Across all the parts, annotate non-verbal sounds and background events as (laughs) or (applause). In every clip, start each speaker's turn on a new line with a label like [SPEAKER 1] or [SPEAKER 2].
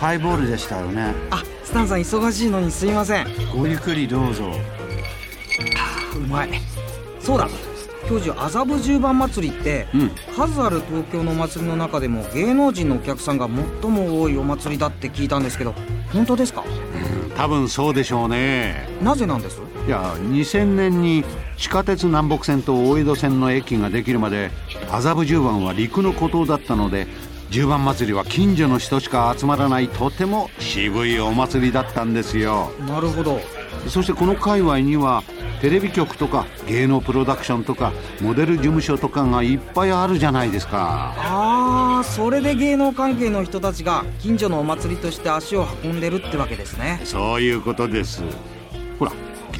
[SPEAKER 1] ハイボールでしたよね。
[SPEAKER 2] あスタンさん忙しいのにすいませんう
[SPEAKER 1] ごゆっくりどうぞ。
[SPEAKER 2] まいそうだ教授麻布十番祭りって、数ある東京の祭りの中でも芸能人のお客さんが最も多いお祭りだって聞いたんですけど本当ですか
[SPEAKER 3] 多分そうでしょうね
[SPEAKER 2] なぜなんです
[SPEAKER 3] いや2000年に地下鉄南北線と大江戸線の駅ができるまで麻布十番は陸の孤島だったので十番祭りは近所の人しか集まらないとても渋いお祭りだったんですよ
[SPEAKER 2] なるほど
[SPEAKER 3] そしてこの界隈にはテレビ局とか芸能プロダクションとかモデル事務所とかがいっぱいあるじゃないですか
[SPEAKER 2] あーそれで芸能関係の人たちが近所のお祭りとして足を運んでるってわけですね
[SPEAKER 3] そういうことですほら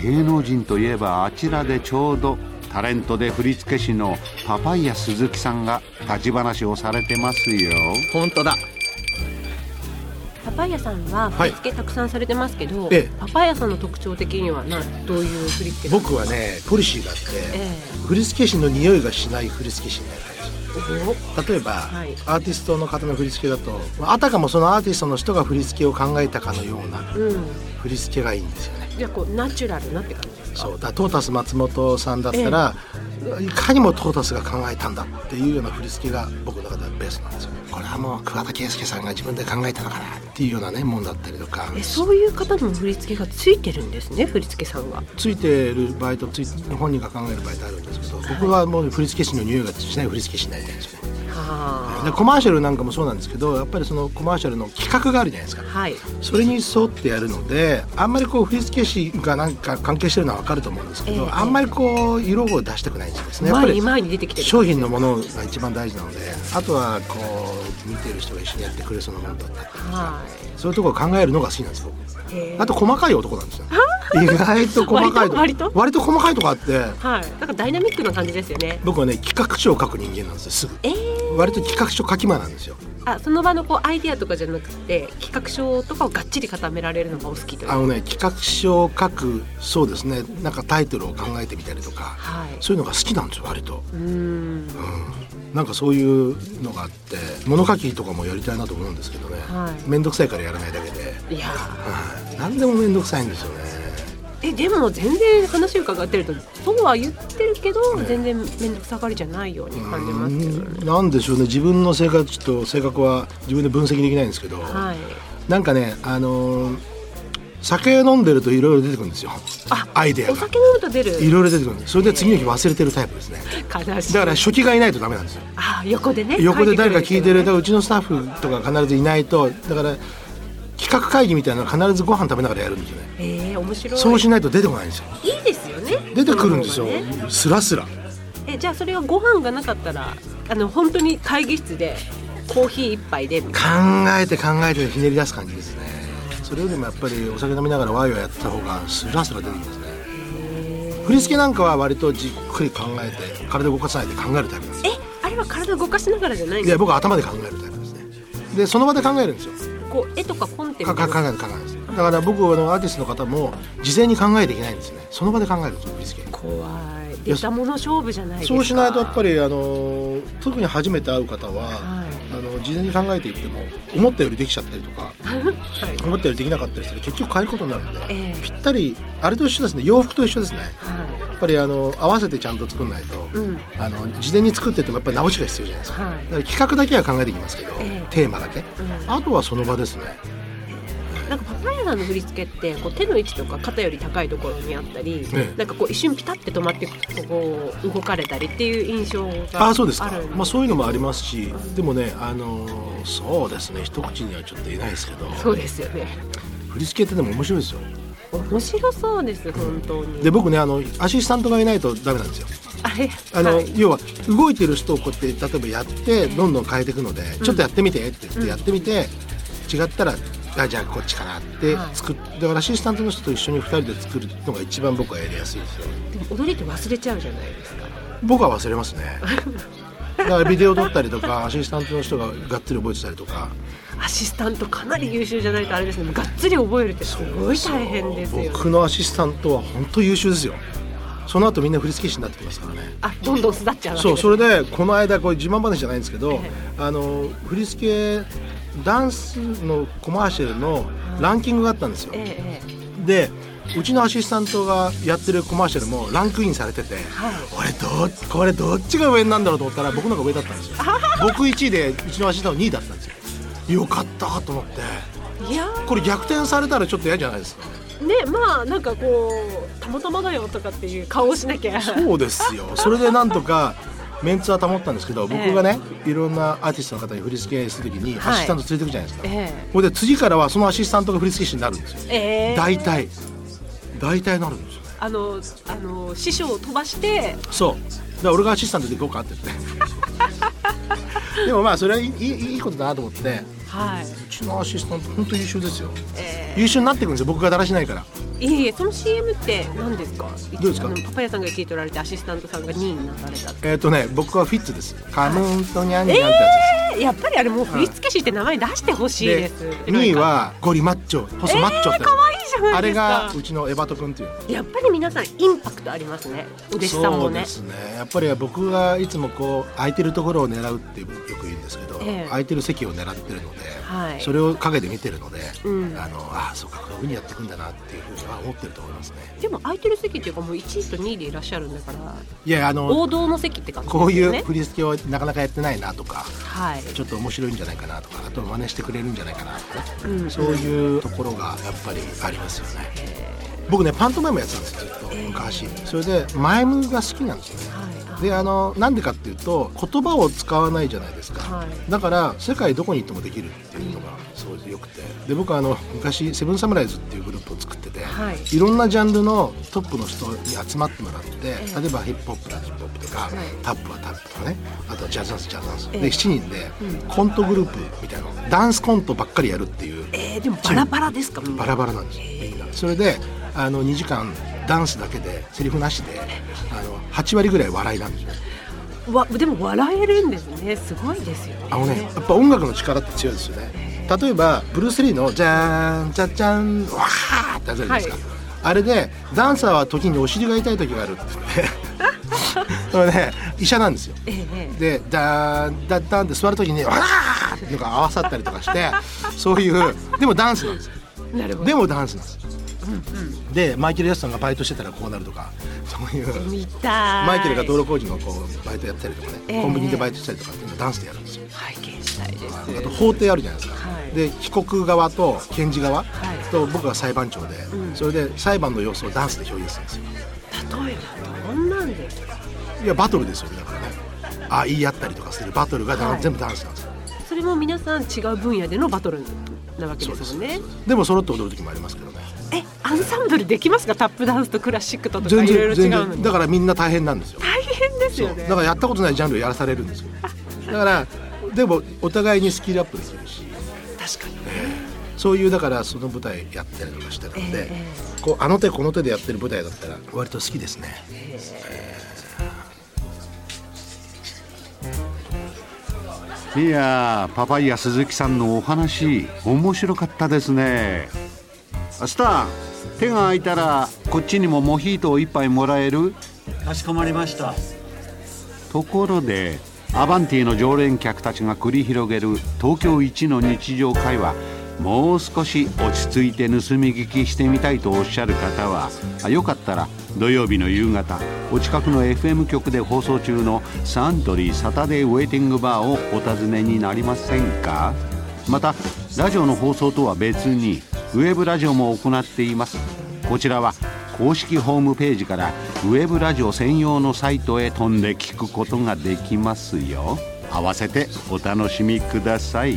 [SPEAKER 3] 芸能人といえばあちらでちょうどタレントで振付師のパパイヤ鈴木さんが立ち話をされてますよ
[SPEAKER 2] 本当だ
[SPEAKER 4] パパイヤさんは振
[SPEAKER 5] はい
[SPEAKER 4] り付けたくさんされてますけど、
[SPEAKER 5] ええ
[SPEAKER 4] パパイヤさんの特徴的にはなどういう振り付けなんです
[SPEAKER 5] 僕はねポリシーがあって、
[SPEAKER 4] え
[SPEAKER 5] 振付師の匂いがしない振付師になりたいです
[SPEAKER 4] か
[SPEAKER 5] 例えば、
[SPEAKER 4] はい
[SPEAKER 5] アーティストの方の振り付けだとまああたかもそのアーティストの人が振り付けを考えたかのような
[SPEAKER 4] おうん
[SPEAKER 5] 振り付けがいいんですよね
[SPEAKER 4] じゃあこうナチュラルなって感じですか
[SPEAKER 5] そうだからトータス松本さんだったら、いかにもトータスが考えたんだっていうような振り付けが僕の中ではベースなんですよねこれはもう桑田佳祐さんが自分で考えたのかなっていうようなねもんだったりとか
[SPEAKER 4] えそういう方にも振り付けがついてるんですね振り付けさんは
[SPEAKER 5] ついてる場合とつい本人が考える場合とあるんですけど僕はもう振り付け師の匂いがしない振り付け師になりたいんですよね
[SPEAKER 4] は
[SPEAKER 5] でコマーシャルなんかもそうなんですけどやっぱりそのコマーシャルの企画があるじゃないですか
[SPEAKER 4] あはい
[SPEAKER 5] それに沿ってやるのであんまりこう振付師がなんか関係してるのは分かると思うんですけど、
[SPEAKER 4] ええ
[SPEAKER 5] あんまりこう色を出したくないんですねやっぱ
[SPEAKER 4] 前に
[SPEAKER 5] り
[SPEAKER 4] 前に出てきてる
[SPEAKER 5] 商品のものが一番大事なのであとはこう見てる人が一緒にやってくれそうなものだったりとか
[SPEAKER 4] は
[SPEAKER 5] そういうところを考えるのが好きなんです僕
[SPEAKER 4] い、え
[SPEAKER 5] あと細かい男なんで
[SPEAKER 4] (laughs)
[SPEAKER 5] すよ意外と細かいとこ
[SPEAKER 4] 割と割と
[SPEAKER 5] 割と細かいとこあって
[SPEAKER 4] はいなんかダイナミックな感じですよね
[SPEAKER 5] 僕はね企画書を書く人間なんですよすぐ
[SPEAKER 4] えー、
[SPEAKER 5] 割と企画書書き間なんですよ
[SPEAKER 4] あその場のこうアイディアとかじゃなくて企画書とかをがっちり固められるのがお好きという
[SPEAKER 5] あのね企画書を書くそうですねなんかタイトルを考えてみたりとか
[SPEAKER 4] はい
[SPEAKER 5] そういうのが好きなんですよ割と
[SPEAKER 4] うーん
[SPEAKER 5] なんかそういうのがあって物書きとかもやりたいなと思うんですけどね
[SPEAKER 4] はい
[SPEAKER 5] 面倒、くさいからやらないだけで、
[SPEAKER 4] いやー
[SPEAKER 5] はい、何でも面倒くさいんですよね
[SPEAKER 4] えでも全然話を伺ってるとそうは言ってるけど、全然面倒くさがりじゃないように感じますけどね。
[SPEAKER 5] うんなんでしょうね自分の性格ちょっと性格は自分で分析できないんですけど、
[SPEAKER 4] はい、
[SPEAKER 5] なんかねあのー酒飲んでるといろいろ出てくるんですよ
[SPEAKER 4] あ
[SPEAKER 5] アイデア
[SPEAKER 4] お
[SPEAKER 5] が
[SPEAKER 4] 酒飲むと出る
[SPEAKER 5] いろいろ出てくるんですそれで次の日忘れてるタイプですね
[SPEAKER 4] 悲しい
[SPEAKER 5] だから初期がいないとダメなんですよ
[SPEAKER 4] あ横でね
[SPEAKER 5] 横で誰か聞いてるだか
[SPEAKER 4] と
[SPEAKER 5] らうちのスタッフとか必ずいないとだから企画会議みたいなのは必ずご飯食べながらやるんですよね
[SPEAKER 4] ええ面白い
[SPEAKER 5] そうしないと出てこないんですよ
[SPEAKER 4] いいですよね
[SPEAKER 5] 出てくるんですよ
[SPEAKER 4] その方がね
[SPEAKER 5] スラスラ
[SPEAKER 4] えじゃあそれがご飯がなかったらあの本当に会議室でコーヒー一杯でみたい
[SPEAKER 5] 考えて考えてひねり出す感じですねそれよりもやっぱりお酒飲みながらワイワイやってた方がスラスラ出てきますね振り付けなんかは割とじっくり考えて体動かさないで考えるタイプなんです
[SPEAKER 4] なえあれは体動かしながらじゃないん
[SPEAKER 5] い
[SPEAKER 4] で
[SPEAKER 5] や
[SPEAKER 4] すか
[SPEAKER 5] 僕は頭で考えるタイプですねでその場で考えるんですよ
[SPEAKER 4] こう絵とかコンテンツ
[SPEAKER 5] かか考える考えるんですだから僕あのアーティストの方も事前に考えていけないんですねその場で考えるんですよ振り付け
[SPEAKER 4] 怖い出たもの勝負じゃないですか
[SPEAKER 5] そうしないとやっぱ
[SPEAKER 4] り
[SPEAKER 5] りあの特に初めて会う方は、
[SPEAKER 4] はい
[SPEAKER 5] あの事前に考えていっても思ったよりできちゃったりとか
[SPEAKER 4] はい
[SPEAKER 5] 思ったよりできなかったりすると結局変えることになるんで、
[SPEAKER 4] ええ
[SPEAKER 5] ぴったりあれと一緒ですね洋服と一緒ですね
[SPEAKER 4] は
[SPEAKER 5] やっぱりあの合わせてちゃんと作んないと、
[SPEAKER 4] いうん
[SPEAKER 5] あの事前に作っててもやっぱり直しが必要じゃないですか,、
[SPEAKER 4] はい
[SPEAKER 5] だから企画だけは考えていきますけど、
[SPEAKER 4] ええ
[SPEAKER 5] テーマだけ、
[SPEAKER 4] ん
[SPEAKER 5] あとはその場ですね
[SPEAKER 4] なんかパパイヤさんの振り付けってこう手の位置とか肩より高いところにあったり、
[SPEAKER 5] ええ
[SPEAKER 4] なんかこう一瞬ピタって止まってこう動かれたりっていう印象が
[SPEAKER 5] ああそうですか
[SPEAKER 4] るん
[SPEAKER 5] まあ、そういうのもありますしでもねあのそうですね一口にはちょっと言えないですけど
[SPEAKER 4] そうですよね
[SPEAKER 5] 振り付けってでも面白いですよ
[SPEAKER 4] 面白そうです本当に
[SPEAKER 5] で僕ねあのアシスタントがいないとダメなんですよ
[SPEAKER 4] あれ
[SPEAKER 5] あの、
[SPEAKER 4] はい
[SPEAKER 5] 要は動いてる人をこうやって例えばやってどんどん変えていくので、ちょっとやってみてって言ってやってみて、違ったらあじゃあこっちかなって
[SPEAKER 4] はい
[SPEAKER 5] 作っ、だからアシスタントの人と一緒に2人で作るのが一番僕はやりやすいですよ
[SPEAKER 4] でも踊りって忘れちゃうじゃないですか
[SPEAKER 5] 僕は忘れますね
[SPEAKER 4] (laughs)
[SPEAKER 5] だからビデオ撮ったりとかアシスタントの人ががっつり覚えてたりとか
[SPEAKER 4] アシスタントかなり優秀じゃないとあれですけどがっつり覚えるってすごい大変ですよね
[SPEAKER 5] 僕のアシスタントは本当優秀ですよその後みんな振付師になってきますからね
[SPEAKER 4] あどんどん巣立っちゃうわけ
[SPEAKER 5] そう
[SPEAKER 4] です
[SPEAKER 5] それでこの間これ自慢話じゃないんですけど、あの振り付けダンスのコマーシャルのランキングがあったんですよ、
[SPEAKER 4] えええ
[SPEAKER 5] でうちのアシスタントがやってるコマーシャルもランクインされてて、俺どっこれどっちが上なんだろうと思ったら僕の方が上だったんです
[SPEAKER 4] (laughs)
[SPEAKER 5] よ僕1位でうちのアシスタント2位だったんですよよかったと思って
[SPEAKER 4] えいや
[SPEAKER 5] これ逆転されたらちょっと嫌じゃないですか
[SPEAKER 4] ーねまあなんかこうたまたまだよとかっていう顔をしなきゃ
[SPEAKER 5] そうですよそれでなんとかメンツは保ったんですけど僕がね、いろんなアーティストの方に振り付けするときに
[SPEAKER 4] はい
[SPEAKER 5] アシスタント連れてくじゃないですか、
[SPEAKER 4] え
[SPEAKER 5] これで次からはそのアシスタントが振り付け師になるんですよ
[SPEAKER 4] えええ
[SPEAKER 5] 大体大体なるんですよね
[SPEAKER 4] あのあの師匠を飛ばして
[SPEAKER 5] そうだから俺がアシスタントで行こうかって言って (laughs) でもまあそれはいいいいいいことだなと思って
[SPEAKER 4] はいう
[SPEAKER 5] ちのアシスタント本当優秀ですよ
[SPEAKER 4] え
[SPEAKER 5] 優秀になってくるんですよ僕がだらしないから
[SPEAKER 4] えいえいえその CM って何ですか
[SPEAKER 5] うですか
[SPEAKER 4] あのパパイヤさんが1位取られてアシスタントさんが2位になされたって
[SPEAKER 5] えっ、とね僕はフィッツですカムーンとニャンニャンってやつです、
[SPEAKER 4] えやっぱりあれもう振付師って名前出してほしい
[SPEAKER 5] で
[SPEAKER 4] です
[SPEAKER 5] 2位はゴリマッチョ細マッチョってやつ、
[SPEAKER 4] えー可愛いじゃないですか
[SPEAKER 5] あれがうちのエバト君っていう
[SPEAKER 4] やっぱり皆さんインパクトありますねお弟子さん
[SPEAKER 5] そ
[SPEAKER 4] も
[SPEAKER 5] う
[SPEAKER 4] ね
[SPEAKER 5] ですねやっぱり僕がいつもこう空いてるところを狙うってよく言うんですけど、
[SPEAKER 4] ええ
[SPEAKER 5] 空いてる席を狙ってるので、
[SPEAKER 4] はい
[SPEAKER 5] それを陰で見てるので、
[SPEAKER 4] うん
[SPEAKER 5] あのああそうかこういうふうにやっていくんだなっていうふうには思ってると思いますね
[SPEAKER 4] でも空いてる席っていうかもう1位と2位でいらっしゃるんだから
[SPEAKER 5] いやあ
[SPEAKER 4] 王
[SPEAKER 5] の
[SPEAKER 4] 道の席って感じです
[SPEAKER 5] こ
[SPEAKER 4] よ
[SPEAKER 5] う
[SPEAKER 4] ね
[SPEAKER 5] いう振り付けをなかなかやってないなとか
[SPEAKER 4] はい
[SPEAKER 5] ちょっと面白いんじゃないかなとかあと真似してくれるんじゃないかなとか、
[SPEAKER 4] うん
[SPEAKER 5] そういうところがやっぱりありますよね、僕ねパントマイムやってたんですよずっと昔それでマイムが好きなんですよね
[SPEAKER 4] はい
[SPEAKER 5] であのなんでかっていうと言葉を使わないじゃないですか、
[SPEAKER 4] はい
[SPEAKER 5] だから世界どこに行ってもできるっていうのがすごいよくてで僕はあの昔セブンサムライズっていうグループを作ってて、
[SPEAKER 4] はい
[SPEAKER 5] いろんなジャンルのトップの人に集まってもらって、例えばヒップホップならヒップホップとか、タップはタップとかねあとはジャズダンスジャズダンス、で7人でコントグループみたいなのダンスコントばっかりやるっていう、
[SPEAKER 4] えー、でもバラバラですかみんな
[SPEAKER 5] バラバラなんですよみんなそれであの2時間ダンスだけでセリフなしであの8割ぐらい笑いなんですよ
[SPEAKER 4] わでも笑えるんですねすごいですよね
[SPEAKER 5] あのねやっぱ音楽の力って強いですよね例えばブルース・リーの「じゃーんじゃじゃんわー」ってやつあるじゃないですか、
[SPEAKER 4] はい
[SPEAKER 5] あれでダンサーは時にお尻が痛い時があるって
[SPEAKER 4] (laughs)
[SPEAKER 5] 言ってそれね医者なんですよ
[SPEAKER 4] ええええ
[SPEAKER 5] でダーンダッダンって座る時に「わー」っていうのが合わさったりとかしてそういうでもダンスなんですよ
[SPEAKER 4] なるほど
[SPEAKER 5] でもダンスなんですよ、でマイケル・ジャクソンがバイトしてたらこうなるとかそういう
[SPEAKER 4] 見たい
[SPEAKER 5] マイケルが道路工事のこうバイトやったりとかね、
[SPEAKER 4] ええ
[SPEAKER 5] コンビニでバイトしたりとかっていうのをダンスでやるんですよ
[SPEAKER 4] 拝見したいです
[SPEAKER 5] あと法廷あるじゃないです
[SPEAKER 4] は
[SPEAKER 5] か、
[SPEAKER 4] い
[SPEAKER 5] で被告側と検事側
[SPEAKER 4] い
[SPEAKER 5] と僕が裁判長で、それで裁判の様子をダンスで表現するんですよ
[SPEAKER 4] 例えばどんなんですか
[SPEAKER 5] いやバトルですよねだからねあ言い合ったりとかするバトルがだから全部ダンスなんですよ、
[SPEAKER 4] それも皆さん違う分野でのバトルなわけ
[SPEAKER 5] そう
[SPEAKER 4] で
[SPEAKER 5] ですす
[SPEAKER 4] もんね
[SPEAKER 5] でも揃って踊る時もありますけどね
[SPEAKER 4] えアンサンブルできますかタップダンスとクラシックととかい
[SPEAKER 5] 全
[SPEAKER 4] ろい
[SPEAKER 5] 然
[SPEAKER 4] ろ違
[SPEAKER 5] 全
[SPEAKER 4] うの
[SPEAKER 5] 然
[SPEAKER 4] に
[SPEAKER 5] だからみんな大変なんですよ
[SPEAKER 4] 大変です
[SPEAKER 5] そ
[SPEAKER 4] よ
[SPEAKER 5] う
[SPEAKER 4] ね
[SPEAKER 5] だからやったことないジャンルをやらされるん
[SPEAKER 4] (laughs)
[SPEAKER 5] ですよだからでもお互いにスキルアップするし
[SPEAKER 4] 確かに
[SPEAKER 5] そういうだからその舞台やったりとかしてたんで、
[SPEAKER 4] ええ
[SPEAKER 5] こうあの手この手でやってる舞台だったら割と好きですね、
[SPEAKER 3] いやーパパイヤ鈴木さんのお話面白かったですねスター手が空いたらこっちにもモヒートを一杯もらえる
[SPEAKER 6] かしこまりました
[SPEAKER 3] ところでアバンティの常連客たちが繰り広げる東京一の日常会話もう少し落ち着いて盗み聞きしてみたいとおっしゃる方はあよかったら土曜日の夕方お近くの FM 局で放送中のサントリーサタデーウェイティングバーをお尋ねになりませんかまたラジオの放送とは別にウェブラジオも行っていますこちらは公式ホームページからウェブラジオ専用のサイトへ飛んで聞くことができますよ合わせてお楽しみください